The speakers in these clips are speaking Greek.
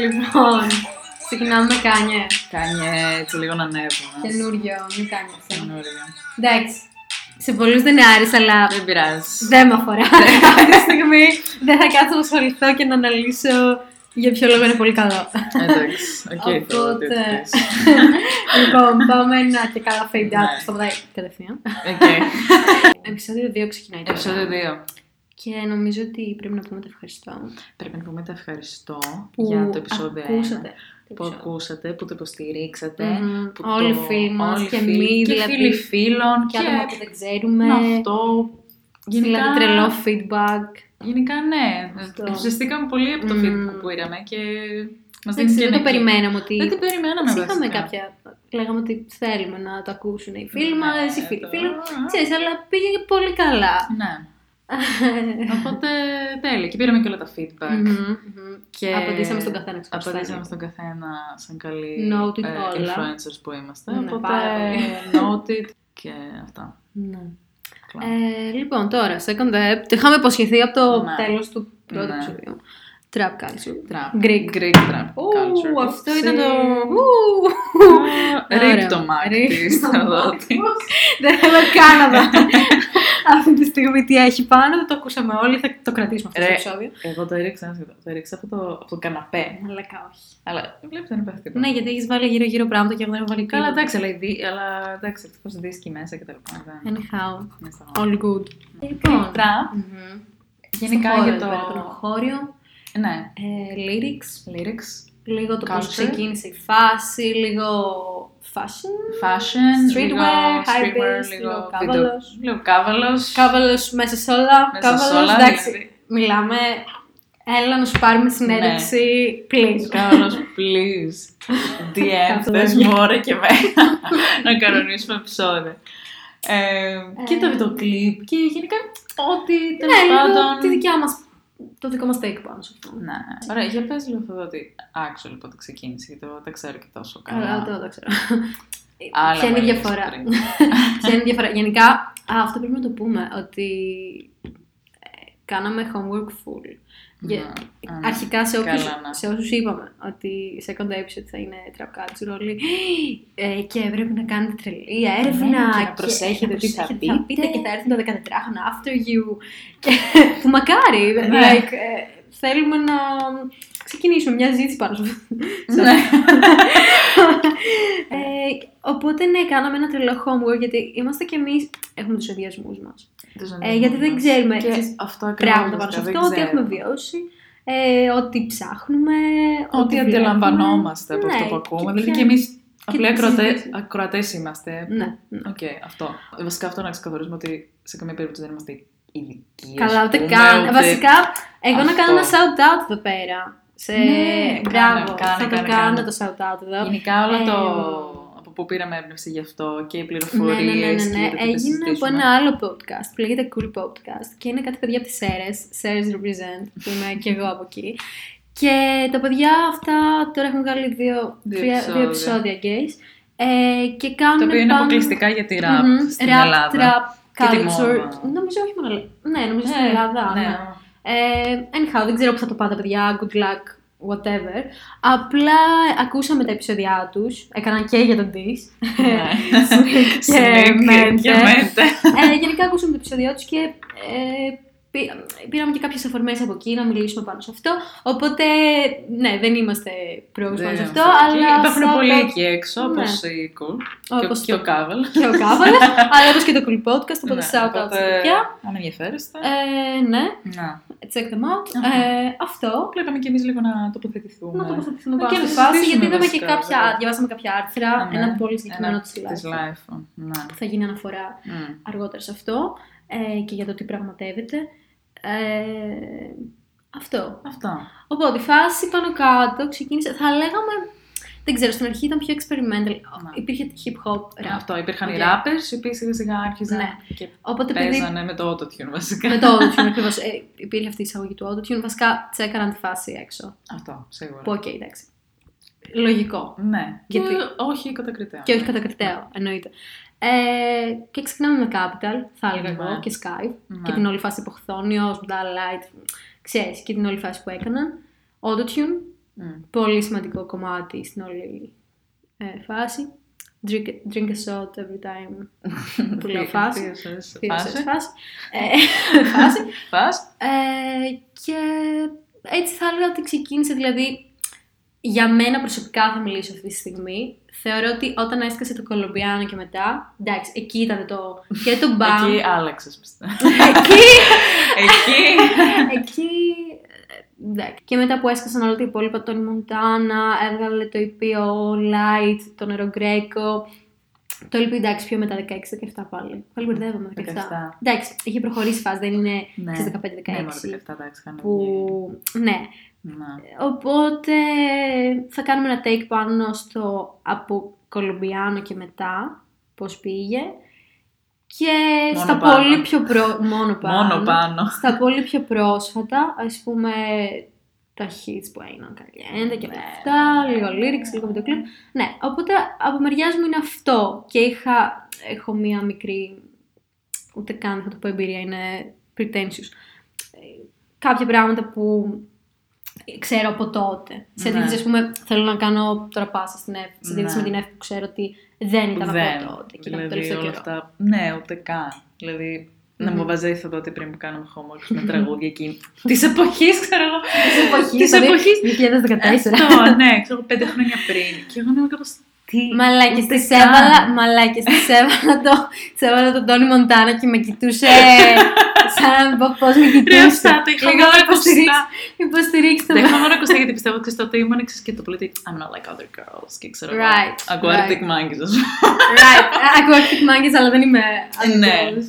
λοιπόν, ξεκινάμε με κάνιε. Κάνει έτσι λίγο να ανέβουμε. Καινούριο, μην κάνει αυτό. Καινούργια. Εντάξει. Σε πολλούς δεν είναι άρης, αλλά Δεν πειράζει. δεν με αφορά. Αυτή τη στιγμή δεν θα κάτσω να ασχοληθώ και να αναλύσω για ποιο λόγο είναι πολύ καλό. Εντάξει. Οκ, Οπότε- θέλω ότι θες. λοιπόν, πάμε να και καλά fade Ναι. out. Σταματάει κατευθείαν. Οκ. Επισόδιο 2 ξεκινάει. τώρα. Επεισόδιο 2. Και νομίζω ότι πρέπει να πούμε το ευχαριστώ. Πρέπει να πούμε τα ευχαριστώ για το επεισόδιο 1. ακούσατε. το Που επεισόδιο. ακούσατε, που το υποστηρίξατε. Μμμ. που Όλοι οι το- φίλοι μας όλοι και φίλοι- εμεί. και φίλοι Δηλαδή, φίλων και και, άτομα που δεν ξέρουμε. με αυτό. Δηλαδή, τρελό feedback. Γενικά, ναι. Αυτό. Ζεστήκαμε πολύ από το Μμμ. feedback που πήραμε και μας Δεν δίνει και δεν το ένα- περιμέναμε ότι. Δεν την περιμέναμε Ας Είχαμε βασικά. κάποια. Λέγαμε ότι θέλουμε να το ακούσουν οι φίλοι Ναι, μας, οι φίλοι το- φίλων. Ξέρεις, αλλά πήγε πολύ καλά. Ναι. Οπότε τέλεια. Και πήραμε και όλα τα feedback. Μμμ, μμμ. Και Απαντήσαμε στον καθένα ξεχωριστά. Απαντήσαμε στον καθένα σαν καλοί Noted ε, όλα. influencers που είμαστε. Ναι, Οπότε πάρα πολύ. noted και αυτά. Ναι. Κλάμα. Ε, λοιπόν, τώρα, second step. Το είχαμε υποσχεθεί από το Ναι. τέλος του πρώτου Ναι. επεισοδίου. Trap culture. Trap. Greek. Greek trap Ου, culture. αυτό ήταν το. Ου. Ωραία. Ρίπ το μάτι Ρίπ της το στο μάτι. δότη. Δεν θέλω καν να δω αυτή τη στιγμή τι έχει πάνω. Δεν το ακούσαμε όλοι. Θα το κρατήσουμε αυτό το Ρε. επεισόδιο. Ε, Εγώ το έριξα, ένα σκέτο. το έριξα από το, από το καναπέ. Αλλά κα- όχι. Αλλά βλέπεις δεν υπάρχει τίποτα. Ναι, γιατί έχεις βάλει γύρω-γύρω πράγματα και εγώ δεν έχω βάλει Καλά, τίποτα. εντάξει, αλλά, οι δι- αλλά εντάξει, ευτυχώς δίσκοι μέσα και τα λοιπά. δεν- Anyhow, δεν σταματάω. all good. Greek trap, μμμ. Λοιπόν, Στο γενικά χώρο για εδώ πέρα, το... χώριο, Ναι, ε, lyrics, lyrics, λίγο το πώς Culture. ξεκίνησε η φάση, λίγο fashion, fashion, Streetwear, λίγο high streetwear, waist, λίγο βίντεο- κάβαλος. Λίγο κάβαλος. κάβαλος μέσα σε όλα, ναι. Μέσα σε κάβαλος, όλα, εντάξει, δηλαδή. μιλάμε, έλα να σου πάρουμε συνέντευξη, please. Κάβαλος, please. DM, δες μου ώρα και μένα να κανονίσουμε επεισόδια. Ε, Κοίτα το κλιπ και γενικά ό,τι τέλος Ναι, λίγο τη πάντων... δικιά μας, το δικό μας take πάνω σε αυτό. Ναι. Ωραία, για πες λίγο αυτό ότι άξιο λοιπόν το ξεκίνησε, γιατί εγώ δεν ξέρω και τόσο Καλά, καλά. δεν το ξέρω. Άλλα Ποια είναι η μαλλιά διαφορά. πριν. Ποια είναι η διαφορά. Γενικά, α, αυτό πρέπει να το πούμε, ότι ε, κάναμε homework full. Για- Ναι, ναι. Αρχικά σε, όποιους, Καλά, ναι. σε όσους είπαμε ότι σε second episode θα είναι trap culture όλοι ε, και πρέπει να κάνετε τρελή έρευνα Ναι, και να και προσέχετε να τι θα προσέχετε πείτε. και θα έρθουν τα 14χρονα after you και, που μακάρι Ναι. like, ε, θέλουμε να ξεκινήσουμε μια ζήτηση πάνω σε αυτό. Ναι. ε, οπότε ναι κάναμε ένα τρελό homework γιατί είμαστε κι εμείς έχουμε τους ενδιασμούς μας ε, γιατί δεν ξέρουμε Και ξέρεις, αυτό ακριβώς, πράγματα πάνω σε δεν αυτό, ότι ξέρω. έχουμε βιώσει, ε, ότι ψάχνουμε, Ότι βλέπουμε. αντιλαμβανόμαστε από Ναι, αυτό που ακούμε. ποια- Δηλαδή και εμείς απλοί τι ακροατέ συζητήσεις. ακροατές είμαστε. Ναι, ναι. Οκ, αυτό. Βασικά αυτό να ξεκαθαρίσουμε ότι σε καμία περίπτωση δεν είμαστε ειδικοί. ας Καλά, ούτε πούμε, καν. ούτε- Βασικά, εγώ να αυτό. κάνω ένα shout out εδώ πέρα. Σε... Ναι, Μπράβο, κάνε, κάνε, θα το κάνε, κάνω κάνε. το shout out εδώ. Γενικά όλο Ε, το. από πού πήραμε έμπνευση γι' αυτό και οι Ναι, πληροφορίες. ναι, ναι, ναι, ναι. Έγινε από ένα άλλο podcast που λέγεται Cool Podcast και είναι κάτι παιδιά από τις Σέρες, Σέρες Represent, που είμαι και εγώ από εκεί. Και τα παιδιά αυτά τώρα έχουν βγάλει δύο, Δύο τρία- δύο επεισόδια. επεισόδια gays ε, και κάνουν Το οποίο είναι πάνω- αποκλειστικά για τη ραπ Μμμ. στην Rap, Ελλάδα. Trap, Και τη culture. μόδα. Νομίζω όχι μόνο. Ελλάδα. Ναι, νομίζω Ναι, στην Ελλάδα. ναι. ναι. Ε, anyhow, δεν ξέρω που θα το πάτε, παιδιά. Good luck, whatever. Απλά ακούσαμε τα επεισόδια τους. Έκαναν και για τον Dish. Ναι. και Συνέχεια και μέντε. μέντε. ε, γενικά ακούσαμε τα επεισόδια τους και ε, πή- πήραμε και κάποιες αφορμές από εκεί να μιλήσουμε πάνω σε αυτό. Οπότε, ναι, δεν είμαστε pros πάνω Δεν σε αυτό, είμαστε εκεί. αλλά. Ναι. Υπάρχουν shout πολλοί out εκεί έξω, Ναι. όπως η Κουλ και ο- Όπως και ο Κάβελ. Και ο Κάβαλα, αλλά όπως και το Cool Podcast, οπότε Ναι, shout out οπότε, στα παιδιά. Αν ενδιαφέρεστε. Ε, ναι, Να. check them out. Αχα. Ε, αυτό. Βλέπαμε κι εμείς λίγο να τοποθετηθούμε. Να τοποθετηθούμε Να πάνω και στη να φάση, συζητήσουμε γιατί είδαμε και βασικά, κάποια, βέβαια. διαβάσαμε κάποια άρθρα, Α, ναι. ένα πολύ συγκεκριμένο Ένα της Mm. Της ναι. Life, life. Να. που θα γίνει αναφορά Μμ. αργότερα σε αυτό ε, και για το τι πραγματεύεται. Ε, αυτό. Αυτό. Οπότε η φάση πάνω κάτω ξεκίνησε, θα λέγαμε, δεν ξέρω, στην αρχή ήταν πιο experimental, Ναι. υπήρχε hip hop rap, Αυτό. Υπήρχαν Οκ. οι rappers, οι οποίοι σιγά σιγά άρχιζαν Ναι. και οπότε επειδή παίζανε με το autotune βασικά. με το autotune ακριβώς, ε, υπήρχε αυτή η εισαγωγή του autotune, βασικά τσέκαραν τη φάση έξω, Αυτό, σίγουρα. που οκ, εντάξει, λογικό. Ναι. Γιατί- Και όχι κατακριτέα. Και όχι κατακριτέο, εννοείται. Ε, και ξεκινάμε με Capital, θα έλεγα Ναι. εγώ, και Skype. Ναι. Και την όλη φάση που χθόνιος, Light, ξέρεις, και την όλη φάση που έκαναν. Autotune, Μμ. πολύ σημαντικό κομμάτι στην όλη ε, φάση. Drink, drink a shot every time που λέω φάση. Θείωσες, Θείωσες Φάση. φάση. Ε, φάση. Φάση. Ε, και έτσι θα έλεγα ότι ξεκίνησε, δηλαδή για μένα προσωπικά θα μιλήσω αυτή τη στιγμή. Θεωρώ ότι όταν έσκασε το Κολομπιάνο και μετά, εντάξει, εκεί ήταν το. και το μπαμ. Εκεί άλλαξες πιστεύω. εκεί, Εκεί. εκεί. ε, εντάξει. Και μετά που έσκασαν όλα τα υπόλοιπα, τον Μοντάνα, έβγαλε το EPO, Light, τον Ερογκρέκο. Το LP εντάξει, πιο μετά 16-17 πάλι. Πάλι μπερδεύομαι 17. 17. Εντάξει, είχε προχωρήσει η φάση, δεν είναι Ναι. στις Ναι, 15-16. μόνο 17 εντάξει, κάνω που ναι. Να. Οπότε θα κάνουμε ένα take πάνω στο από Κολομπιάνο και μετά πώς πήγε και Μόνο στα πάνω. πολύ πιο προ... μόνο πάνω, Μόνο πάνω. στα πολύ πιο πρόσφατα ας πούμε τα hits που έγιναν καλλιέντα Ναι. και όλα αυτά, λίγο lyrics, λίγο βίντεο κλιπ. Ναι, οπότε από μεριάς μου είναι αυτό και είχα, έχω μία μικρή, ούτε καν θα το πω εμπειρία, είναι pretentious. Ε, Κάποια πράγματα που ξέρω από τότε. Σε Ναι. αντίθεση, ας πούμε, θέλω να κάνω τώρα πάσα στην ΕΦ. Σε αντίθεση Ναι. με την ΕΦ που ξέρω ότι δεν Που ήταν δεν. από τότε. Και ήταν από το Δηλαδή τελευταίο όλα καιρό. αυτά. Ναι, ούτε καν. Δηλαδή να Μμμ. μου βαζέθηκα τότε πριν που κάναμε homework με τραγούδια εκεί. Της εποχής, ξέρω εγώ. Της δηλαδή, εποχής. 2014. Αυτό, ναι, ξέρω εγώ, πέντε χρόνια πριν. Και εγώ να είμαι κάπως. Τι. Μαλάκες, ούτε της καν. έβαλα, μαλάκες, της έβαλα το, της έβαλα τον Τόνι Μοντάνα και με κοιτούσε σαν να πω πώς με Ρε κοιτούσε. αυτά, τα είχα Λίγο μόνο υποστηρίξτε- ακουστά. Υποστηρίξτε Τα με. είχα μόνο ακουστά γιατί πιστεύω ότι τότε ήμουν εξής και το πολύ ότι I'm not like other girls. Και ξέρω εγώ. Right, Ακούω right. Arctic Monkeys, ας πούμε. Right, ακούω Arctic Monkeys, αλλά δεν είμαι Arctic Ναι. Monkeys.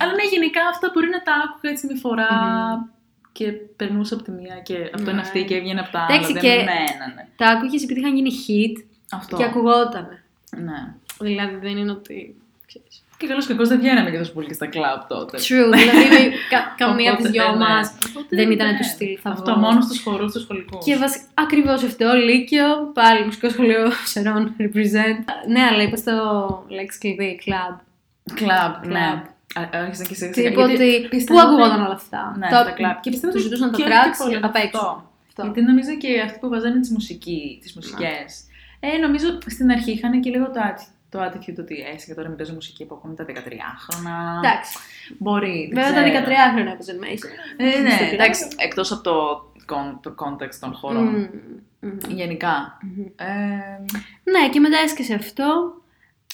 Αλλά ναι, γενικά αυτά μπορεί να τα άκουγα έτσι μια φορά Μμμ. και περνούσα από τη μία και από το ένα Mm-hmm. Ναι. αυτή και έβγαινε από τα άλλα. Εντάξει, Δεν και- μένανε. Τα άκουγες επειδή είχαν γίνει hit Αυτό. και ακουγότανε. Ναι. Δηλαδή δεν είναι ότι... ξέρεις. Και καλώς και δεν βγαίναμε και τόσο πολύ και στα κλαμπ τότε. True, δηλαδή με κα- καμία από τις Ναι. Οπότε, δυο ναι. μας Οπότε, δεν ήταν ναι. τους στυλ θα Αυτό βγω. μόνο στου χορούς του σχολικού. Και βασικά ακριβώς αυτό, Λύκειο, πάλι μουσικό σχολείο Σερών, represent. Ναι, αλλά είπα στο λέξη κλειδί, club. Κλαμπ, Κλαμπ. ναι. Α, Άρχισα και σε Τι είπα ότι. Πού πιστεύω ακουγόταν ότι- όλα αυτά. Ναι, Το- τα κλαμπ. Και πιστεύω τους ότι ζητούσαν τα και tracks πολύ απ' έξω. αυτό. αυτό. Γιατί νομίζω και αυτοί που βάζανε τις μουσική, τις μουσικές. Ε, νομίζω στην αρχή είχαν και λίγο το, atti- το attitude ότι έτσι και τώρα μην παίζω μουσική που ακούνε τα 13χρονα. Εντάξει. Μπορεί. δεν Ναι. Βέβαια τα ξέρω. 13 χρόνια έπαιζε Mason. Ε, Στο ναι, πειράζει. εντάξει. Εκτός από το, con- το context των χωρών. Μμμ, μμμ. Γενικά. Μμμ. Ε, Ναι, και μετά έσκασε αυτό.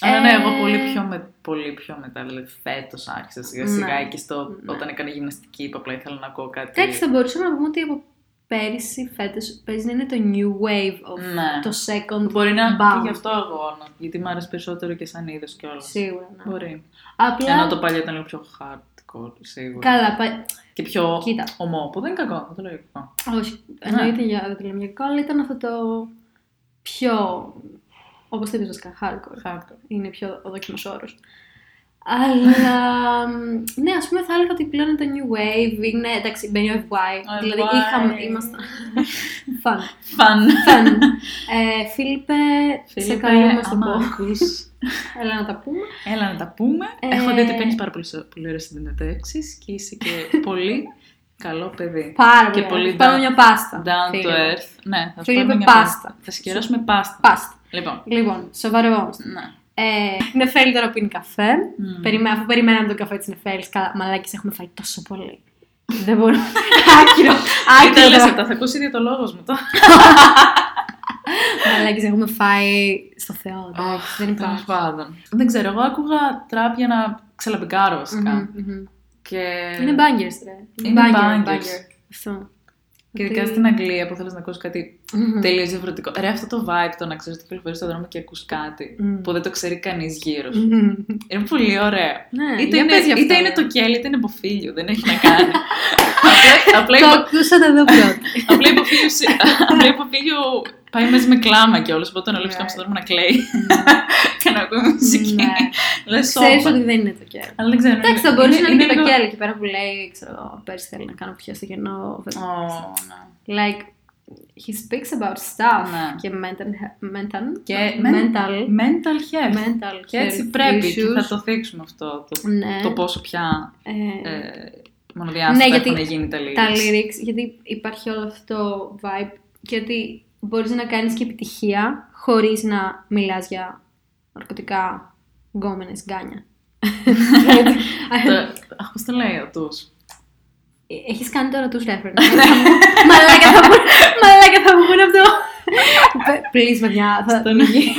αλλά ναι, Ε, εγώ πολύ πιο, με, πολύ πιο μετά, δηλαδή φέτος άρχισα σιγά σιγά Ναι. και στο, Ναι. όταν έκανα γυμναστική είπα απλά ήθελα να ακούω κάτι. Εντάξει, θα μπορούσαμε να πούμε ότι από πέρυσι, φέτος, παίζει να είναι το new wave of Ναι. το second. Μπορεί να Μπαμ. και γι' αυτό εγώ, να- γιατί μου άρεσε περισσότερο και σαν είδος κιόλας. Σίγουρα. ναι. Μπορεί. Ενώ Απλά. το παλιό ήταν λίγο πιο hardcore, σίγουρα. Καλά, πα- Και πιο Κοίτα. ομό, που δεν είναι κακό, δεν το λέω κακό. Όχι, Ναι. εννοείται για δακτυλομιακό, αλλά ήταν αυτό το πιο. Όπως το είπες βασικά, hardcore. Hardcore. Είναι πιο ο δόκιμο όρο. Αλλά ναι, ας πούμε θα έλεγα ότι πλέον είναι το new wave. Είναι εντάξει, μπαίνει ο FY. Ο δηλαδή FY. είχαμε. Ήμασταν. Φαν. Φαν. Φαν. ε, Φίλιππε, σε καλούμε στο άμα πω. ακούς, Έλα να τα πούμε. Έλα να τα πούμε. Ε, Έχω δει ότι παίρνεις πάρα πολύ, πολύ ωραίες συνεντεύξεις και είσαι και πολύ καλό παιδί. Πάρα Και πολύ. πολύ ωραία. Πάμε down- μια πάστα. Down Φίλιππε. to earth. Ναι, θα σου Φίλιππε, πάρουμε μια πάστα. πάστα. Θα σκερώσουμε πάστα. Πάστα. Λοιπόν. Λοιπόν, σοβαρευόμαστε. Ναι. Ε, Νεφέλη τώρα πίνει καφέ. Μμμ. Περιμέ, αφού περιμέναμε τον καφέ της Νεφέλης, καλά, μαλάκες έχουμε φάει τόσο πολύ. Δεν μπορούμε. άκυρο, Κοίτα, λες άκυρο. αυτά, θα ακούσει ίδιο το λόγος μου τώρα. μαλάκες έχουμε φάει στο Θεό. εντάξει, Αχ, Δεν τέλος υπάρχει. πάντων. Δεν ξέρω, εγώ άκουγα τραπ για να ξελαμπικάρω βασικά. Μμμ, μμμ. Και... Είναι bangers, ρε. Ε, Είναι banger, bangers. banger. Αυτό. Και Ότι- ειδικά στην Αγγλία που θέλεις να ακούσεις κάτι Μμμ. τελείως διαφορετικό. Ρε, αυτό το vibe το να ξέρεις ότι κυκλοφορείς στον δρόμο και ακούς κάτι Μμμ. που δεν το ξέρει κανείς γύρω σου. Μμμ. Είναι πολύ ωραίο. Ναι, Είτε, για είναι, πες γι' αυτό, είτε ρε. είναι το κέλι, είτε είναι υποφίλιο. Δεν έχει να κάνει. απλά, απλά, Το υπο- ακούσατε εδώ πρώτα. απλά υποφίλιο, συ- απλά υποφίλιο πάει μέσα με κλάμα κιόλας. Οπότε να βλέπει Ναι. κάποιον στον δρόμο να κλαίει και να ακούει μουσική. Ναι. Λες Ξέρεις ότι σώμα. δεν είναι το κέρδο. Αλλά δεν ξέρω. Εντάξει, θα μπορούσε να είναι και το ναι, λίγο- κέλι εκεί πέρα που λέει, ξέρω εγώ, πέρσι θέλει να κάνω πια στο κενό. Ω, ναι. Like, he speaks about stuff Ναι. και mental, mental, Και mental, Mental health. mental Και έτσι health πρέπει και issues. θα το θίξουμε αυτό. Το, ναι. το πόσο πια Ε, ε, μονοδιάστατα Ναι, γιατί έχουν γίνει τα lyrics. τα lyrics, γιατί υπάρχει όλο αυτό το vibe και ότι μπορείς να κάνεις και επιτυχία χωρίς να μιλάς για ναρκωτικά γκόμενες γκάνια. Αχ, πώς το λέει ο τους. Έχεις κάνει τώρα τους reference. Μαλάκα θα μου, μαλάκα θα μου πούνε αυτό. Please, παιδιά. θα- Στον αχέρι.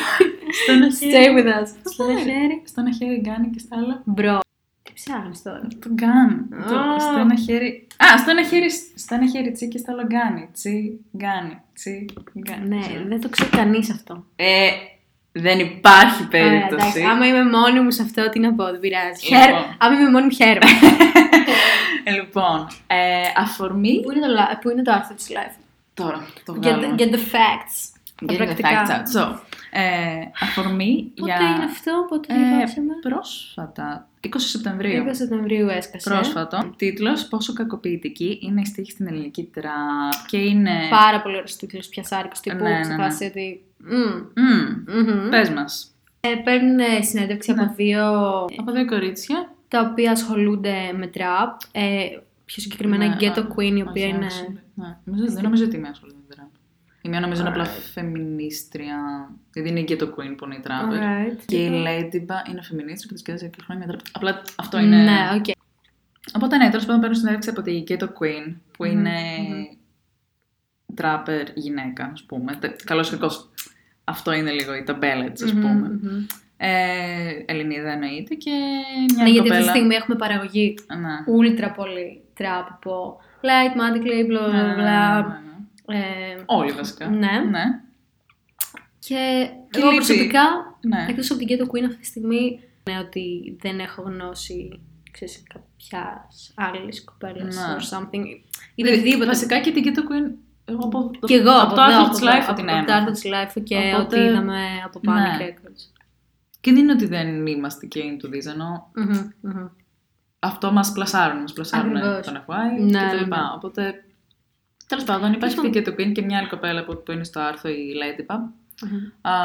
Στον Stay αχέρι. with us. Στο λέει? χέρι. Στον αχέρι γκάνι και στα άλλα. Μπρο. Τι ψάχνεις τώρα. Το γκάν. Α. Το- Στο ένα χέρι. Α, στο ένα χέρι, στο ένα χέρι τσι και στο άλλο γκάνι. Τσι, γκάνι. Τσι, γκάνι. Ναι, δεν το ξέρει κανείς αυτό. Ε, δεν υπάρχει Ωραία, περίπτωση. εντάξει, άμα είμαι μόνη μου σε αυτό, τι να πω, δεν πειράζει. Λοιπόν. Χαίρο- Άμα είμαι μόνη μου, χαίρομαι. Ε, λοιπόν, ε, αφορμή. Πού είναι το λα- Πού είναι το άρθρο της live. Τώρα το Get βγάλω. the, get the facts. Get Τα the facts out. So, ε, αφορμή Πότε για... είναι αυτό, πότε το Ε, διαβάσαμε. πρόσφατα, 20 Σεπτεμβρίου. 20 Σεπτεμβρίου έσκασε. Πρόσφατο. Τίτλος Πόσο κακοποιητική είναι η στίχη στην ελληνική τραπ. Και είναι. Πάρα πολύ ωραίος τίτλος πιασάρικος τύπου, Ναι, ναι, σε ναι. φάση ότι... μμμ, Μμμ. μμμ. Πες μας. Ε, παίρνουν ε, συνέντευξη Ναι. Ε, από δύο Από δύο κορίτσια. τα οποία ασχολούνται με τραπ. Ε, πιο συγκεκριμένα Ναι, η Ghetto α, Queen, η οποία όχι, είναι... όχι, Ναι. Νομίζω- Δεν νομίζω ότι είμαι ασχολούμενη με τραπ. Η μία νομίζω είναι απλά φεμινίστρια. Δηλαδή είναι και το Queen που είναι η τράπερ. Alright. Και η Ladybug είναι φεμινίστρια και τη κοιτάζει και χρόνια τραπ. Απλά αυτό είναι. Ναι, οκ. Οπότε ναι, τέλος πάντων παίρνω συνέντευξη από τη Ghetto Queen που Μμμ, είναι μμμ. τράπερ γυναίκα, ας πούμε. Καλό ή κακός, Αυτό είναι λίγο η ταμπέλα, έτσι, ας Μμμ, πούμε. μμμ. Ε, Ελληνίδα εννοείται και μια Ναι, γιατί αυτή τη κοπέλα. στιγμή έχουμε παραγωγή Ναι. ούλτρα πολύ τραπ από light, magic, bla bla Ναι, ναι, ναι, bla. ναι, ναι. Ε, Όλοι βασικά. Ναι. ναι. και Και εγώ λείπει. προσωπικά, ναι. εκτός από την Ghetto Queen αυτή τη στιγμή, ναι, ότι δεν έχω γνώση, ξέρεις, κάποιας άλλης κοπέλας Ναι. or something. Ή Δηλαδή, οτιδήποτε. Βασικά και την Ghetto Queen, εγώ από το, Και εγώ από το εδώ, Art από of το- Life από την το Art έμαθα. of Its Life και Οπότε- ό,τι είδαμε από Panic Ναι. Records. Και δεν είναι ότι δεν είμαστε και into this, ενώ Μμμ, μμμ. αυτό μας πλασάρουν, μας πλασάρουν Ακριβώς. τον FY Ναι, και ναι, τα λοιπά. ναι. Οπότε, τέλος πάντων, υπάρχει και Λοιπόν. η Ghetto Queen και μια άλλη κοπέλα που, που είναι στο άρθρο, η Ladybug. Μμμ. Α,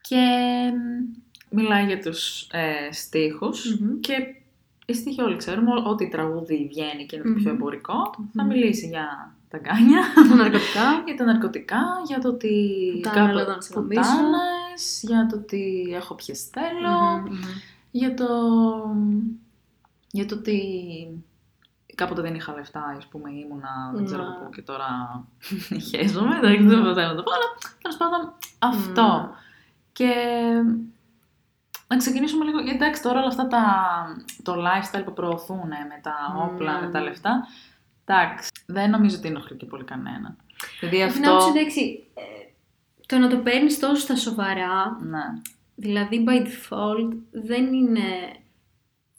και μιλάει για τους ε, στιχους Μμμ. και οι στίχοι όλοι ξέρουμε ό- ότι τραγούδι βγαίνει και είναι το Μμμ. πιο εμπορικο θα Μμμ. μιλήσει για τα γκάνια, Τα ναρκωτικά. για τα ναρκωτικά, για το ότι Πουτάνα, κάπου- λέω, να σε πουτάνες, γαμίσω. για το ότι έχω πιες θέλω, Μμμ, μμμ. για το... για το ότι κάποτε δεν είχα λεφτά, ας πούμε, ήμουνα, δεν ξέρω Ναι. πού και τώρα χαίζομαι, δεν ξέρω πώς θα το πω, αλλά τέλος πάντων αυτό. Μμμ. Και να ξεκινήσουμε λίγο, γιατί εντάξει τώρα όλα αυτά τα, το lifestyle που προωθούν με τα όπλα, Ναι. με τα λεφτά, εντάξει, δεν νομίζω ότι ενοχλεί και πολύ κανένα. Δηλαδή Πρέπει να αυτό... πεις, εντάξει, ε, το να το παίρνεις τόσο στα σοβαρά, Ναι, δηλαδή by default, δεν είναι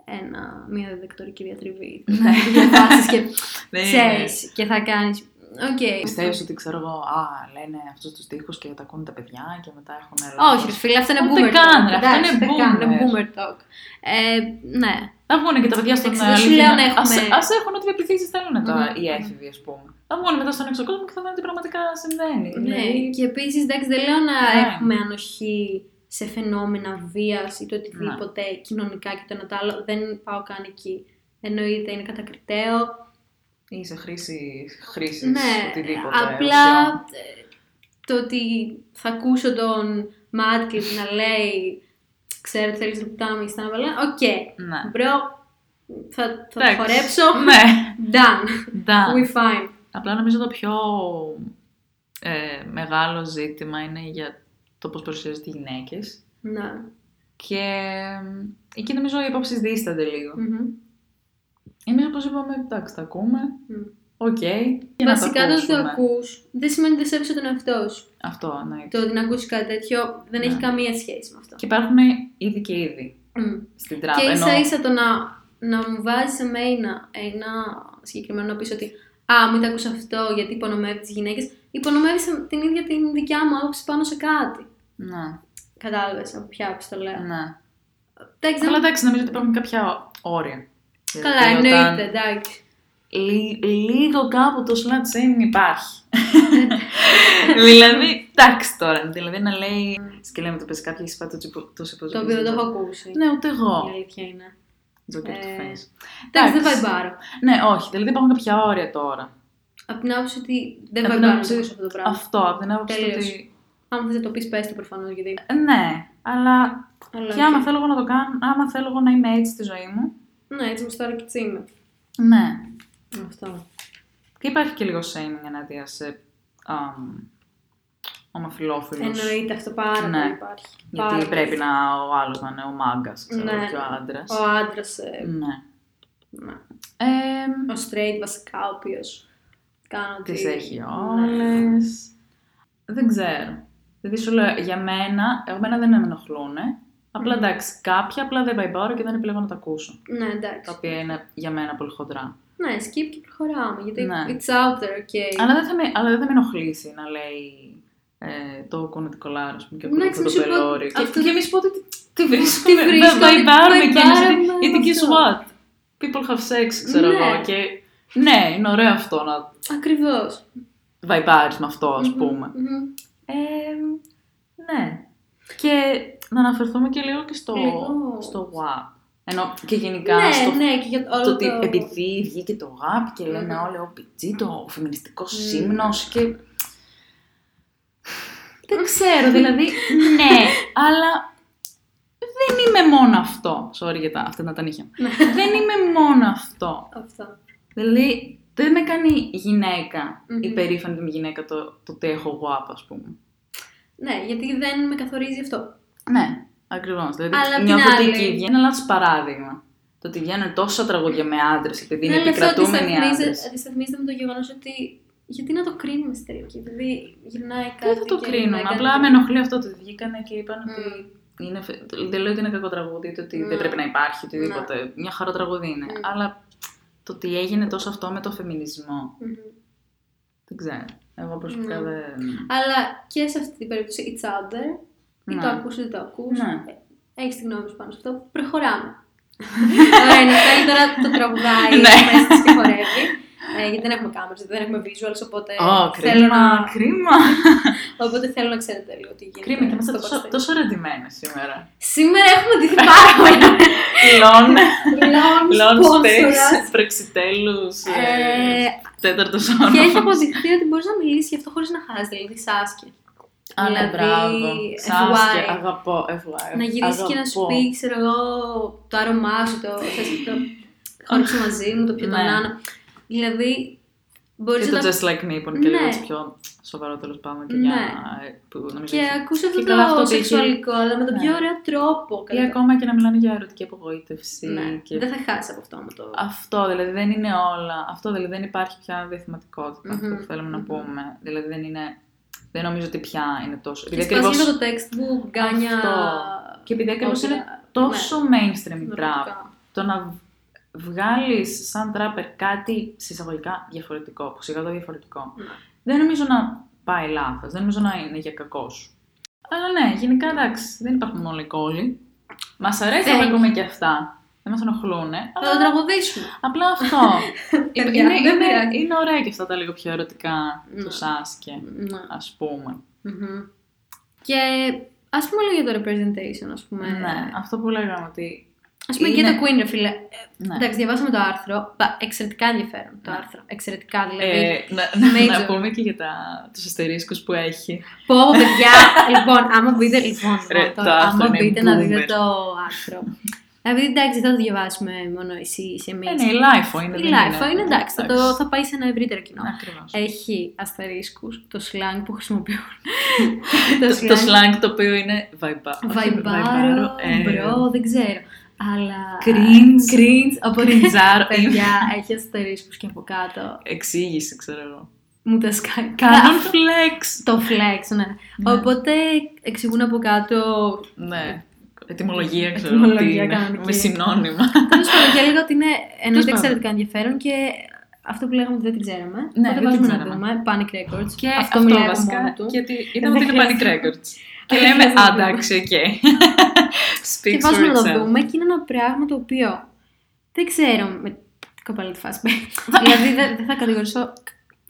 ένα, μια διδακτορική διατριβή. Ναι. Να διαβάσεις και δεν είναι. ξέρεις και θα κάνεις, οκ. Πιστεύεις ότι ξέρω εγώ, α, λένε αυτούς τους τοίχους και τα ακούνε τα παιδιά και μετά έχουν Όχι ρε φίλε, αυτό είναι Ούτε boomer καν, talk. ρε, αυτό Εντάξει, είναι ούτε καν, είναι boomer. boomer talk. Ε, ναι. Θα βγουν και τα παιδιά στον Εντάξει, δεν σου αληθινό- λέω να έχουμε- Ας, ας έχουν ό,τι επιθύσει θέλουν τώρα Μμμ. οι έφηβοι, ας πούμε. Θα βγουν μετά στον έξω κόσμο και θα δουν τι πραγματικά συμβαίνει. ναι. Δηλαδή, Και επίσης, εντάξει, δεν λέω να Ναι. έχουμε ανοχή σε φαινόμενα βίας ή το οτιδήποτε Ναι. κοινωνικά και το ένα το άλλο. Δεν πάω καν εκεί. Εννοείται, είναι κατακριτέο. Ή σε χρήση χρήσης Ναι, οτιδήποτε. απλά ουσιών. ε, το ότι θα ακούσω τον Μάτκλιπ να λέει «Ξέρω ότι θέλεις να πουτάμε στα βαλά, οκ, Ναι. μπρο, θα, θα το Εντάξει. χορέψω, Ναι. done, Ντα. we fine». Απλά νομίζω το πιο ε, μεγάλο ζήτημα είναι για το πώς παρουσιάζονται οι γυναίκες. Ναι. Και ε, εκεί νομίζω οι απόψεις δίστανται λίγο. Μμμ. Εμεί όπω είπαμε, εντάξει, τα ακούμε. Μμ. Οκ. Και να τα Βασικά το ότι το ακούσουμε. ακούς δεν σημαίνει ότι δεν σέβεσαι τον εαυτό σου. Αυτό, εννοείται. Το ότι να ακούσεις κάτι τέτοιο δεν Ναι. έχει καμία σχέση με αυτό. Και υπάρχουν ήδη και ήδη Μμ. στην τράπεζα. Και ίσα ίσα το να, να μου βάζεις εμένα ένα συγκεκριμένο να πεις ότι Α, μην τα ακούς αυτό γιατί υπονομεύεις τις γυναίκες. Υπονομεύεις την ίδια την δικιά μου άποψη πάνω σε κάτι. Ναι, Κατάλαβες από ποια άποψη το λέω. ναι. Εντάξει, Αλλά δεν... εντάξει, νομίζω ότι υπάρχουν κάποια όρια. Καλά, Δηλαδή, όταν εννοείται, εντάξει. λι- λίγο κάπου το slut shaming υπάρχει. δηλαδή, εντάξει τώρα. Δηλαδή να λέει. Σκελέμε το πες κάποια έχει πάει το τσιπο- το Το οποίο δεν το έχω ακούσει. Ναι, ούτε Η εγώ. αλήθεια είναι. Joker του Ε, face. Εντάξει, δεν πάει μπάρο. Ναι, όχι. Δηλαδή υπάρχουν κάποια όρια τώρα. Από την άποψη ότι δεν Από πάει την πάνω άποψη- αυτό το πράγμα. Αυτό, από την άποψη Τελείως. ότι. Αν θες να το πεις, πες το προφανώς, γιατί... Ναι, αλλά Αλλά και άμα οκ. θέλω εγώ να το κάνω, άμα θέλω εγώ να είμαι έτσι στη ζωή μου. Ναι, έτσι μου τώρα και έτσι είμαι. Ναι. Αυτό. Και υπάρχει και λίγο shaming ενάντια σε um, ομοφυλόφιλους. Εννοείται αυτό πάρα Ναι. πολύ υπάρχει. Γιατί Πάρα πρέπει πολύ. να ο άλλος να είναι ο μάγκας, ξέρω Ναι. και ο άντρας. Ο άντρας... ε, Ναι. ναι. Ε, Ο straight βασικά, ο οποίος κάνω ότι... τι έχει Ναι. όλες. Δεν ξέρω. Δηλαδή σου λέω, για μένα, εμένα δεν με ενοχλούν. Απλά Μμμ. εντάξει, κάποια απλά δεν πάει ώρα και δεν επιλέγω να τα ακούσω. Ναι, εντάξει. Τα οποία είναι για μένα πολύ χοντρά. Ναι, skip και προχωράμε, γιατί Ναι. it's out there, okay. Αλλά δεν θα με, αλλά δεν θα με ενοχλήσει να λέει ε, το κόνα την κολάρα, ας πούμε, και Εντάξει, ακούω μη το σου πω- πελώρι. Και, αυτό- και εμεί πω ότι τι βρίσκω. Τι βρίσκω, τι- Βαϊμπάρουμε bye και bye, εμεί. ναι, Γιατί guess αυτό. what? People have sex, ξέρω Ναι. εγώ. Και ναι, είναι ωραίο αυτό να Ακριβώς. βαϊμπάρεις με αυτό, ας Μμμ, πούμε. μμμ. Ε, ναι. Και να αναφερθούμε και λίγο και στο, Λίγο. στο WAP. Ενώ και γενικά ναι, στο ναι, και για όλο το ότι το... επειδή βγήκε το γάπ και λένε Μμμ. όλοι OPG, το φεμινιστικό Μμμ. σύμνος και... Δεν ξέρω, δηλαδή, ναι, αλλά δεν είμαι μόνο αυτό. Sorry για τα, αυτά ήταν τα νύχια. μου. Ναι. δεν είμαι μόνο αυτό. Αυτό. Δηλαδή, δεν με κάνει γυναίκα, Μμμ. υπερήφανη με γυναίκα το, το ότι έχω γουάπ, ας πούμε. Ναι, γιατί δεν με καθορίζει αυτό. Ναι, ακριβώς. Δηλαδή, Αλλά απ' την νιώθω ότι άλλη- εκεί βγαίνει ένα λάθος παράδειγμα. Το ότι βγαίνουν τόσα τραγούδια με άντρες, επειδή είναι ναι, αλλά αυτό επικρατούμενοι αντισταθμίζε- άντρες. αντισταθμίζεται με το γεγονός ότι. Γιατί να το κρίνουμε στη τελική, δηλαδή γυρνάει κάτι. Δεν θα το και κρίνω. γυρνάει Απλά κάτι. με ενοχλεί αυτό ότι βγήκανε και είπαν Μμ. ότι. Είναι, φε- δεν λέω ότι είναι κακό τραγούδι, είτε ότι Ναι. δεν πρέπει να υπάρχει, οτιδήποτε. Μια χαρά τραγούδι είναι. Μμ. Αλλά το ότι έγινε τόσο αυτό με το φεμινισμό. Μμμ. Δεν ξέρω. Εγώ προσωπικά Ναι. δεν. Αλλά και σε αυτή την περίπτωση, it's out there. Ή Ναι. το ακούς ή δεν το ακούς. Ναι. Έχει τη γνώμη σου πάνω σε αυτό. Προχωράμε. Ωραία, είναι καλύτερα το τραγουδάει Ναι. μέσα της και χορεύει. Ε, γιατί δεν έχουμε κάμερες, δεν έχουμε visuals, οπότε, Ω, Ε, θέλω κρίμα, να... κρίμα. οπότε θέλω να ξέρετε λίγο τι γίνεται. Κρίμα και είμαστε στο τόσο, backstage. τόσο ρεντημένες σήμερα. Σήμερα έχουμε τη πάρα πολύ. Λον, ναι. Λόν Λον sponsor. Στέξ, Πρεξιτέλους, Ε, τέταρτος Και έχει όνομα. αποδειχθεί ότι μπορείς να μιλήσεις γι' αυτό χωρίς να χάσεις. Δηλαδή, Σάσκε. Α, ναι, δηλαδή, μπράβο. FY. Σάσκε, αγαπώ, FY. Να γυρίσεις και να σου αγαπώ. πει, ξέρω εγώ, το άρωμά σου, το θες το χώριψε μαζί μου, το πιο τον Ε. Ναι. άνω. Δηλαδή, μπορεί Και το να. τα- Just Like Me που είναι και λίγο Ναι. έτσι πιο σοβαρό τέλος πάντων και Ναι. για να- που νομίζω Και ότι- ακούσει αυτό και καλά αυτό το ότι έχει- σεξουαλικό, αλλά με τον Ναι. πιο ωραίο τρόπο. Ή κατά- ακόμα και να μιλάνε για ερωτική απογοήτευση. Ναι. Και... Δεν θα χάσει από αυτό με το. Αυτό δηλαδή δεν είναι όλα. Αυτό δηλαδή δεν υπάρχει πια διαθυματικότητα, αυτό που Μμμ. θέλουμε να Μμμ. πούμε. Δηλαδή δεν είναι. Δεν νομίζω ότι πια είναι τόσο. Και Επειδή σπάς ακριβώς- λίγο το textbook, γκάνια. Αυτό. Και επειδή ακριβώς όπερα. είναι τόσο mainstream Ναι, η τραπ. πραγματικά. Το να βγάλεις σαν τράπερ κάτι συσσαγωγικά διαφορετικό, που σιγά το διαφορετικό. Ναι. Δεν νομίζω να πάει λάθος. Δεν νομίζω να είναι για κακό σου. Αλλά ναι, γενικά εντάξει, δεν υπάρχουν όλοι οι κόλλοι. Μας αρέσει Thank να you. ακούμε και αυτά. Δεν μας ενοχλούν. Αλλά Θα το τραγουδήσουμε. Ε, απλά αυτό. είναι, Παιδιά, Ε, είναι, δεν πειράζει. είναι ωραία και αυτά τα λίγο πιο ερωτικά Ναι. τους Σάσκε, Ναι. ας πούμε. Μμμ. Και ας πούμε λίγο για το representation, ας πούμε. Ναι, αυτό που λέγαμε ότι. Ας πούμε και Είναι- το Queen, ρε φίλε. Ε, Ναι. Εντάξει, διαβάσαμε το άρθρο. Πα, εξαιρετικά ενδιαφέρον το Ναι. άρθρο. Εξαιρετικά δηλαδή. Ε, να, να, Major. να πούμε και για τα, τους αστερίσκους που έχει. Πω, πω, παιδιά, λοιπόν, άμα μπείτε, λοιπόν, Ρε, λοιπόν, το τώρα, άρθρο άμα είναι μπείτε να boomer. δείτε το άρθρο. Δηλαδή, εντάξει, δεν θα το διαβάσουμε μόνο εσύ ή εσύ εμείς. Ε, ναι, η Lifeo είναι. Ναι. Η δεν Lifeo είναι εντάξει, θα, το, θα πάει σε ένα ευρύτερο κοινό. Ακριβώς. Έχει αστερίσκους, το slang που χρησιμοποιούν. το, το, το slang το οποίο είναι βαϊμπά. όχι Βαϊμπάρο, ε, μπρο, δεν ξέρω. Αλλά. Cringe. Cringe, Οπότε. Κριντζάρο, Παιδιά, έχει αστερίσκους και από κάτω. Εξήγηση, ξέρω εγώ. Μου τα σκάει. Κάνουν flex. Το flex, ναι. Ναι. Οπότε εξηγούν από κάτω. Ναι. Ετοιμολογία, ξέρω εγώ. Ετοιμολογία τι είναι, κανονική. Με συνώνυμα. Τέλος πάντων, και έλεγα ότι είναι Τέλος εννοείται πάντων. εξαιρετικά ενδιαφέρον και αυτό που λέγαμε ότι δεν την ξέραμε. Ναι, Οπότε δεν βάζουμε την να ξέραμε. δούμε. Panic Records. Και Ε, αυτό, μιλάει από μόνο βασικά. του. Γιατί ήταν Δεν ότι είναι panic χρειάζεται. records. Και Δεν λέμε, χρειάζεται. «Α, εντάξει, οκ. Και Speaks βάζουμε for να το itself. δούμε και είναι ένα πράγμα το οποίο δεν ξέρω με την κοπέλα τη φάση. δηλαδή δεν δεν θα κατηγορήσω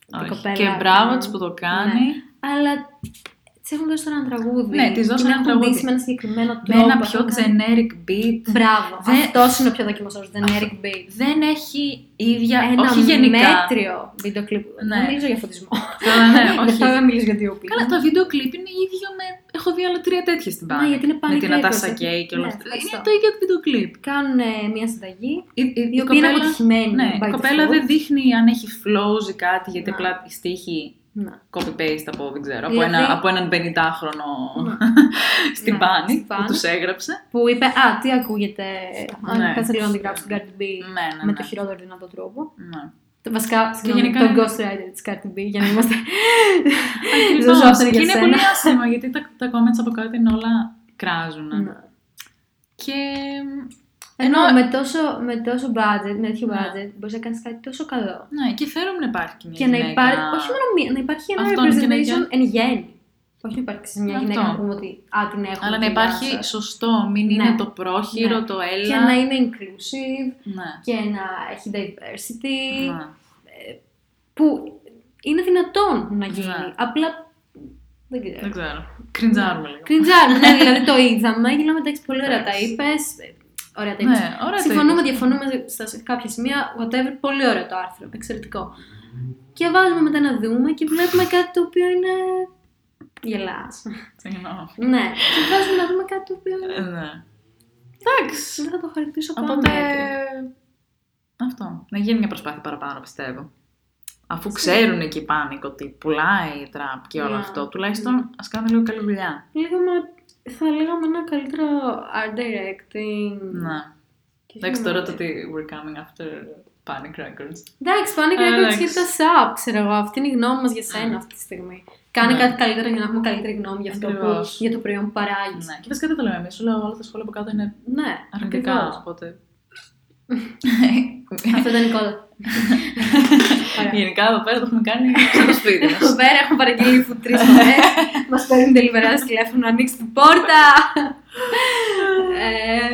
την Όχι. κοπέλα. ναι. Και μπράβο της που το κάνει. Αλλά τη Τη έχουν δώσει ένα τραγούδι. Ναι, της δώσανε την ένα έχουν τραγούδι. ντύσει με ένα συγκεκριμένο Με τρόπο. ένα πιο έχουν κάνει- generic beat. Μπράβο. Δεν- Αυτός είναι ο πιο δοκιμαστό. Δεν είναι Αυτό. Eric Bate. Δεν έχει ίδια. Ένα όχι γενικά. μέτριο βίντεο κλιπ. Ναι. Δεν μιλήσω για φωτισμό. Καλά, ναι, Δεν όχι. θα μιλήσω για δύο Καλά, τα βίντεο κλιπ είναι ίδιο με. Έχω δει άλλα τρία τέτοια στην Ναι, πάντα. γιατί είναι πάλι Με την Creepers, Ατάσα έτσι. Κέι και όλα Ναι, αυτά. ευχαριστώ. Είναι το ίδιο το βίντεο κλιπ. Κάνουν ε, μια συνταγή. Η, η- η Η οποία είναι αποτυχημένη. Ναι, by η κοπέλα default. δεν δείχνει αν έχει flows ή κάτι, γιατί Ναι. απλά η στίχη Ναι. copy-paste από, δεν ξέρω, από, Δηλαδή- ένα, από έναν 50χρονο Ναι. στην Ναι, Πάνη στην που Πάνη. τους έγραψε. Που είπε, Α, τι ακούγεται. Ναι. Αν κάτσε λίγο να την γράψει την Cardi B Ναι, ναι, με ναι. το χειρότερο δυνατό τρόπο. Ναι. Το- Βασικά, συγγνώμη, γενικά το είναι- Ghost Rider της Cardi B για να είμαστε. Ακριβώς. Ζωζό, αυτό είναι Λοιπόν, Και για είναι σένα. πολύ άσχημα γιατί τα, τα comments από κάτω είναι όλα κράζουν. Ναι. Και Ενώ Ενώ- με τόσο, με τόσο budget, με τέτοιο Ναι. budget, μπορείς να κάνεις κάτι τόσο καλό. ναι, και θέλουμε να υπάρχει και μια Και να γυναίκα. υπάρχει. Όχι μόνο μία, να υπάρχει ένα Αυτό, και να representation γεν- εν γέννη. Όχι να υπάρχει σε μια Αυτό. γυναίκα να πούμε ότι α, την έχουμε. Αλλά να και υπάρχει γεια σας. σωστό, μην Ναι. είναι το πρόχειρο, Ναι. το Και έλα. να είναι inclusive Ναι. και να έχει diversity. Ναι. Που είναι δυνατόν να γίνει. Ναι. Απλά δεν ξέρω. Δεν ξέρω. Κριντζάρουμε λίγο. Κριντζάρουμε, ναι, δηλαδή το είδαμε. Γυλάμε εντάξει, πολύ ωραία τα Εντάξει. είπες. Ωραία τα είπες. Ναι, ωραία το Συμφωνούμε, είπες. διαφωνούμε στα σε κάποια σημεία. Whatever, πολύ ωραίο το άρθρο. Εξαιρετικό. Και βάζουμε μετά να δούμε και βλέπουμε κάτι το οποίο είναι. Γελάς. Συγγνώμη. ναι, και βάζουμε να δούμε κάτι το οποίο. Ε, Ναι. Εντάξει. Δεν θα το χαρακτηρίσω καν. Οπότε. μέτριο. Αυτό. Να γίνει μια προσπάθεια παραπάνω, πιστεύω. Αφού ξέρουν εκεί πάνω ότι πουλάει η τραπ και όλο Ναι. αυτό, τουλάχιστον ας κάνουν λίγο καλή δουλειά. Λέγαμε, θα λέγαμε ένα καλύτερο art directing. Ναι. Και Εντάξει, θυμάμαι. τώρα το ότι we're coming after panic records. Εντάξει, πάνε και να Εντάξει. και τα sub, ξέρω εγώ. Αυτή είναι η γνώμη μας για σένα Ναι. αυτή τη στιγμή. Κάνε Ναι. κάτι καλύτερο για να έχουμε καλύτερη γνώμη για αυτό που, Ακριβώς. για το προϊόν που παράγει. Ναι. Και βασικά δεν το λέμε εμείς. Όλα, όλα τα σχόλια από κάτω είναι Ναι, αρνητικά. ακριβώς. Οπότε. Αυτό ήταν η κόλλα. Ωραία. Γενικά εδώ πέρα το έχουμε κάνει σαν το σπίτι μας. Εδώ πέρα έχουμε παραγγείλει που τρει φορέ. Μας παίρνουν τελειβερά στο τηλέφωνο να ανοίξει την πόρτα. Ε,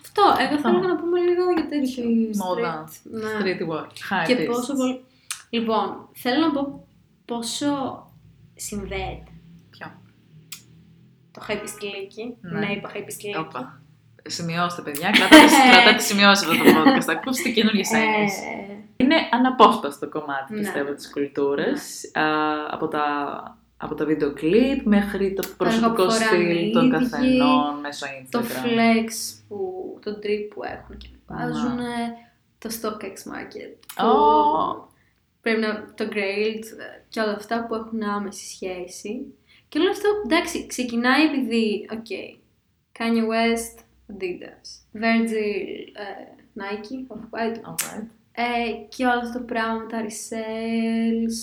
Αυτό. Εγώ Αυτό. θέλω να πούμε λίγο για τέτοιο. Μόδα. street. Ναι. Street work. High Και taste. πόσο πολύ. Λοιπόν, θέλω να πω πόσο συνδέεται Ποιο. το χαϊπιστιλίκι. Ναι. Ναι, είπα χαϊπιστιλίκι. Όπα. Σημειώστε, παιδιά. Κρατάτε κρατάτε σημειώσει αυτό το podcast. Ακούστε καινούργιες έννοιε. Ε, Είναι αναπόσπαστο κομμάτι, Ναι. πιστεύω, της κουλτούρα. Από τα, από τα βίντεο κλιπ μέχρι το προσωπικό φορά στυλ των ανήλικη, καθενών μέσω το Instagram. flex που, το drip που έχουν και βάζουν, το StockX Market, που Ω. πρέπει να, το Grailed ε, και όλα αυτά που έχουν άμεση σχέση. Και όλο αυτό, εντάξει, ξεκινάει επειδή, οκ, Kanye West, Adidas, Virgil, ε, Nike, Off-White, Alright. ε, και όλο αυτό το πράγμα με τα resales.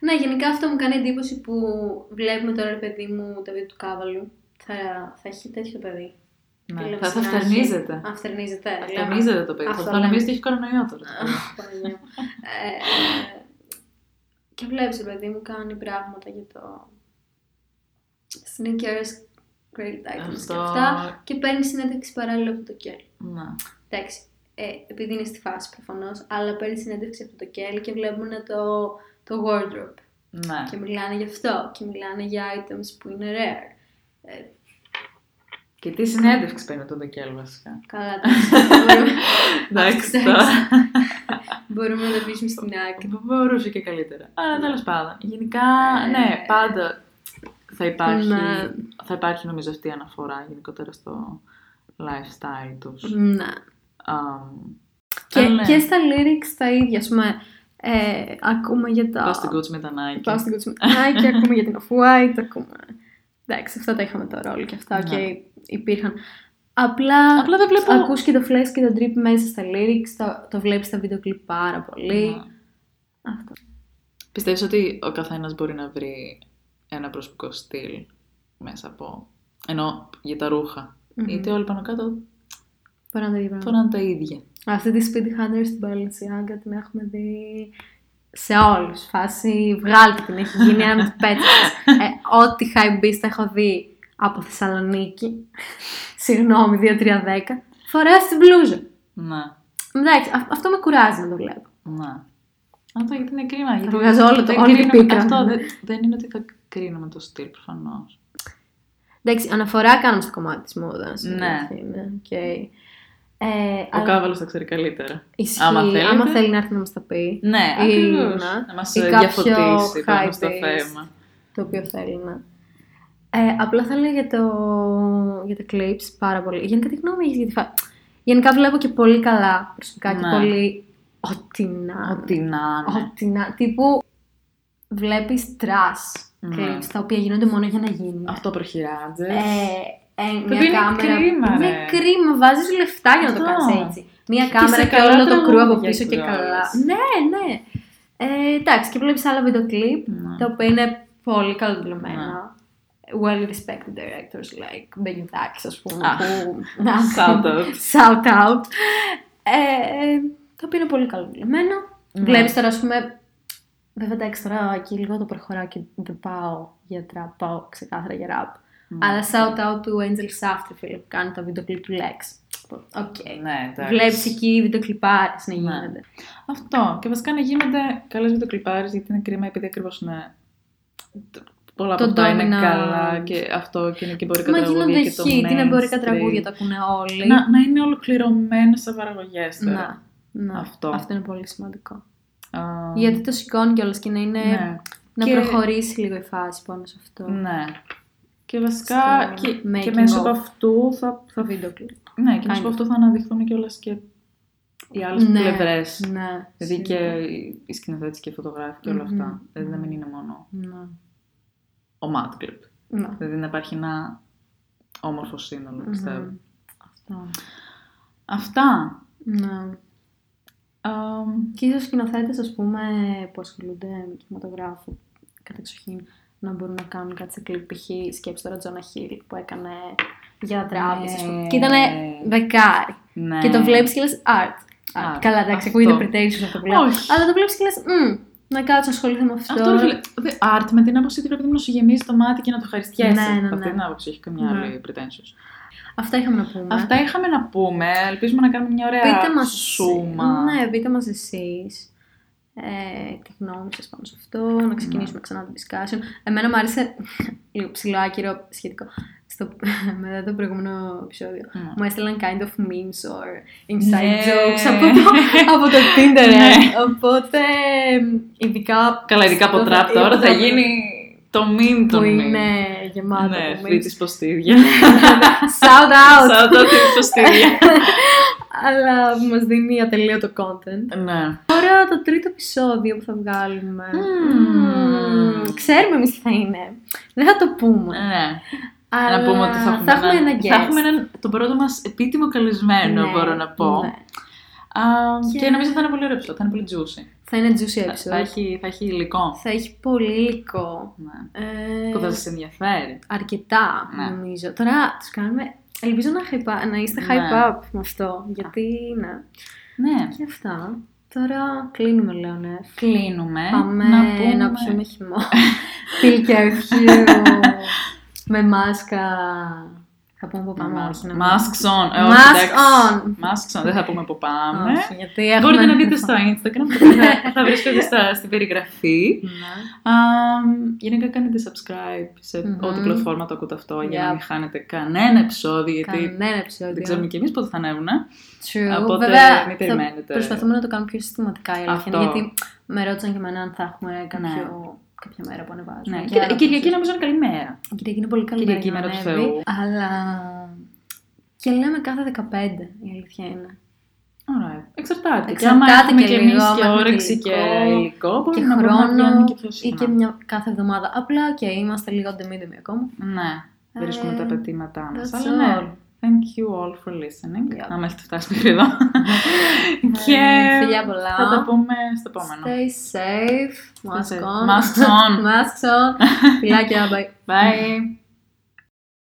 Ναι, γενικά αυτό μου κάνει εντύπωση που βλέπουμε τώρα, ρε παιδί μου, τα βίντεο του Κάβαλου. Θα, θα έχει τέτοιο παιδί. Ναι. Λέμε Θα, θα στην αρχή. φτερνίζεται. Αν φτερνίζεται. Θα λέμε. φτερνίζεται το παιδί. Αυτό Θα λέμε. νομίζει ότι έχει κορονοϊό τώρα. Αχ, Παναγία μου. Ε, Και βλέπεις, ρε παιδί μου, κάνει πράγματα για το sneakers, great items και Αυτό. αυτά. Και παίρνεις συνέντευξη παράλληλα από το Κέλ. Ναι. Εντάξει, ε, επειδή είναι στη φάση προφανώς, αλλά παίρνεις συνέντευξη από το Κέλ και βλέπουν το, το wardrobe. Ναι. Και μιλάνε γι' αυτό. Και μιλάνε για items που είναι rare. Ε, Και τι συνέντευξη παίρνει τον Ντοκέλ βασικά. καλά, εντάξει, μπορούμε, Εντάξει Εντάξει. τώρα. μπορούμε να το αφήσουμε στην άκρη. Μπο- Μπορούσε και καλύτερα. Αλλά τέλος πάντων. Γενικά, Ναι. Ε, ναι, πάντα θα υπάρχει, ναι. θα υπάρχει νομίζω αυτή η αναφορά γενικότερα στο lifestyle τους. Ναι. Αμ, Και, αλλά ναι, και στα lyrics τα ίδια, ας πούμε, ε, ακούμε για τα... Πάω στην Gucci με τα Nike. Πάω στην Κουτσουμινάκη, και ακούμε για την Off-White, ακούμε... Εντάξει, αυτά τα είχαμε τώρα όλοι και αυτά Ναι. και υπήρχαν. Απλά, Απλά δεν βλέπω- ακούς και το flash και το drip μέσα στα lyrics, το, το βλέπεις στα βίντεο κλιπ πάρα πολύ. Ναι. Αυτό. Πιστεύεις ότι ο καθένας μπορεί να βρει ένα προσωπικό στυλ μέσα από... Ενώ για τα ρούχα. Μμμ. Γιατί όλοι πάνω κάτω Μπορεί να είναι τα ίδια πράγματα. φοράνε τα ίδια. Αυτή τη Speed Hunter στην Balenciaga την έχουμε δει σε όλους. Φάση βγάλτε την, έχει γίνει ένα πέτσα. ε, ό,τι high beast έχω δει από Θεσσαλονίκη, συγγνώμη, 2-3-10, φορέω στην μπλούζα. Ναι, Εντάξει, α- αυτό με κουράζει να το βλέπω. ναι. Αυτό γιατί είναι κρίμα. γιατί βγάζω όλο το- δεν όλη την κρίνουμε- πίκρα. Αυτό δεν, δεν είναι ότι θα κρίνω με το στυλ προφανώς. Εντάξει, αναφορά κάνουμε στο κομμάτι της μόδας. Ναι. Okay. Ε, Ο αλλά- Κάβαλος τα ξέρει καλύτερα. Ισχύει, άμα άμα, θέλετε. θέλει να έρθει να μας τα πει. Ναι, Ή- ακριβώς. ναι. Να μας Ή κάποιο διαφωτίσει πάνω στο high-based. θέμα. το οποίο θέλει να. Ε, απλά θα έλεγα για, το... για τα clips πάρα πολύ. Γενικά τι γνώμη έχεις για τη φα... Γενικά βλέπω και πολύ καλά προσωπικά και Ναι. πολύ ό,τι να. Ό,τι να είναι. Ό,τι να. Τύπου βλέπεις τρας Ναι. clips τα οποία γίνονται μόνο για να γίνουν. Αυτό προχειράτζε. Ε, ε, μια είναι κάμερα. κρίμα, ρε. είναι κρίμα, βάζεις λεφτά για να το Αυτό. κάνεις έτσι. Μια Και κάμερα σε και καλά όλο το κρού από τραγούδια πίσω και κιόλας. καλά. Ναι, ναι. Ε, εντάξει, και βλέπεις άλλα βίντεο κλιπ Ναι. τα οποία είναι πολύ καλοδουλωμένα. Well respected directors like Benitax, ας πούμε. Αχ. Που... Shout out. Shout out. Ε, τα οποία είναι πολύ καλοδουλωμένα. Ναι. Βλέπεις τώρα, ας πούμε, Βέβαια, εντάξει, τώρα εκεί λίγο το προχωράω και δεν πάω για τραπ, πάω ξεκάθαρα για ραπ. Ναι. Αλλά shout out του Angel Safterfield που κάνει τα βίντεο κλιπ του Lex. Οκ. Ναι, εντάξει. Ναι. Βλέπεις εκεί βίντεο κλιπάρες να γίνονται. Αυτό. Και βασικά να γίνονται καλές βιντεοκλιπάρε γιατί είναι κρίμα επειδή ακριβώς ναι. Πολλά από Το αυτά είναι dominant. καλά και αυτό και είναι και εμπορικά Μα τραγούδια. γίνονται και το χι, την εμπορικά mainstream. τραγούδια τα ακούνε όλοι. Να, να είναι ολοκληρωμένες σε παραγωγέ τώρα. Να, να. Αυτό. είναι πολύ σημαντικό. Α, Γιατί το σηκώνει κιόλας και να είναι. ναι. να Και- προχωρήσει λίγο η φάση πάνω σε αυτό. ναι. Και βασικά Στο και, και making μέσα από of. αυτού θα, θα, Το βίντεο κλιπ. ναι, και μέσα από Kind. αυτό θα αναδειχθούν κιόλας και οι άλλες Ναι. πλευρές. Ναι. Δηλαδή και οι- οι σκηνοθέτες και οι φωτογράφοι και όλα Μμμ. αυτά. Δηλαδή να μην είναι μόνο Ναι. ο mat clip. Ναι. Δηλαδή να υπάρχει ένα όμορφο σύνολο, πιστεύω. Μμμ. Ναι. Αυτό. Αυτά. Ναι. Αμ, Και ίσως σκηνοθέτες, ας πούμε, που ασχολούνται με το κινηματογράφο κατά εξοχήν, να μπορούν να κάνουν κάτι σε κλειπ. Π.χ. σκέψη τώρα Τζόνα Χίλ που έκανε για τράπεζε. Ναι. Και ήταν δεκάρι. ναι. Και το βλέπεις και λες art. Art. Art. Καλά, εντάξει, Αυτό. ακούγεται pretentious αυτό που λέω. Όχι. Αλλά το βλέπεις και λες, να κάτσω να ασχοληθώ με αυτό. Αυτό ρε φίλε, δε- Art με την άποψη ότι πρέπει να σου γεμίζει το μάτι και να το ευχαριστιέσαι. Ναι, ναι, Από ναι. Αυτή την άποψη έχει καμιά Ναι. άλλη pretentious. Αυτά είχαμε να πούμε. Αυτά είχαμε να πούμε. Ελπίζουμε να κάνουμε μια ωραία Πείτε μας σούμα. Ναι, πείτε μας εσείς ε, τη γνώμη σας πάνω σε αυτό, Ναι. να ξεκινήσουμε ξανά το discussion. Εμένα μου άρεσε λίγο ψηλό άκυρο σχετικό. Στο, μετά το προηγούμενο επεισόδιο. Ναι. Μου έστειλαν kind of memes or inside Ναι. jokes από το, από το Tinder. ε. Ναι. Οπότε, ειδικά... Καλά, ειδικά από στο- τραπ τώρα θα ειδικά από- γίνει το μήνυμα. Που είναι γεμάτο Ναι, από memes. φίτης ποστίδια. Shout out! Σαν το φίτης ποστίδια. Αλλά μας δίνει ατελείωτο content. Ναι. Τώρα το τρίτο επεισόδιο που θα βγάλουμε. Μμμ. Μμμ. Ξέρουμε εμείς τι θα είναι. Δεν θα το πούμε. Ναι. Αλλά Να πούμε ότι θα έχουμε, ένα guest. θα έχουμε έναν- τον πρώτο μας επίτιμο καλεσμένο, Ναι, μπορώ να πω. ναι. Α, και... Και- νομίζω θα είναι πολύ ωραίο επεισόδιο, θα είναι πολύ juicy. Θα είναι juicy Θα, episode. θα έχει, θα έχει υλικό. Θα έχει πολύ υλικό. Ναι. Ε, Που θα σας ενδιαφέρει. Αρκετά, Ναι. νομίζω. Τώρα τους κάνουμε. Ελπίζω να, hype- να είστε Ναι. hype up με αυτό. Γιατί ναι. Ναι. Και αυτά. Τώρα κλείνουμε, λέω, ναι. Κλείνουμε. Πάμε να πούμε. να πιούμε χυμό. Τιλ και ευχείο. Με μάσκα. Θα πούμε από πάμε. όχι, να μην- Masks on. Ε, όχι, Mask εντάξει. on. Masks on. Δεν θα πούμε που πάμε. Όχι, γιατί έχουμε... ναι. Μπορείτε να δείτε στο Instagram, θα, θα βρίσκονται στα, στην περιγραφή. Ναι. Α, γενικά κάνετε subscribe σε Μμμ. ό,τι πλατφόρμα το ακούτε αυτό για να Yep. μην χάνετε κανένα επεισόδιο, γιατί Κανένα επεισόδιο. δεν ξέρουμε κι εμείς πότε θα ανέβουν. True. Οπότε Βέβαια, θα μην περιμένετε. Προσπαθούμε να το κάνουμε πιο συστηματικά η αλήθεια. Αυτό. είναι, Γιατί με ρώτησαν και εμένα αν θα έχουμε κάποιο... κάποια μέρα που ανεβάζουμε. Ναι. Και Κοίτα, άρα η Κυριακή θα- νομίζω είναι καλή μέρα. Η Κυριακή είναι πολύ καλή. Κυριακή, μέρα για να μέρα του ανέβει, Θεού. Αλλά. Και λέμε κάθε 15 η αλήθεια είναι. Ωραία. Εξαρτάται. Εξαρτάται και άμα έχουμε και και λίγο, εμείς άμα και έχουμε όρεξη και και υλικό, υλικό, και μπορούμε να μπορούμε να χρόνο βγαίνουμε και πιο ή συχνά. και μια κάθε εβδομάδα. Απλά και είμαστε λίγο αντεμίδεμοι ακόμα. Ναι, βρίσκουμε Ε, τα πετήματά μας. that's Αλλά ναι, all. thank you all for listening. Yep. Άμα έχετε φτάσει μέχρι εδώ. και Ε, Φιλιά πολλά. θα τα πούμε στο επόμενο. Stay safe. Mask safe. on. Masks on. Masks on. Φιλάκια, bye. Bye!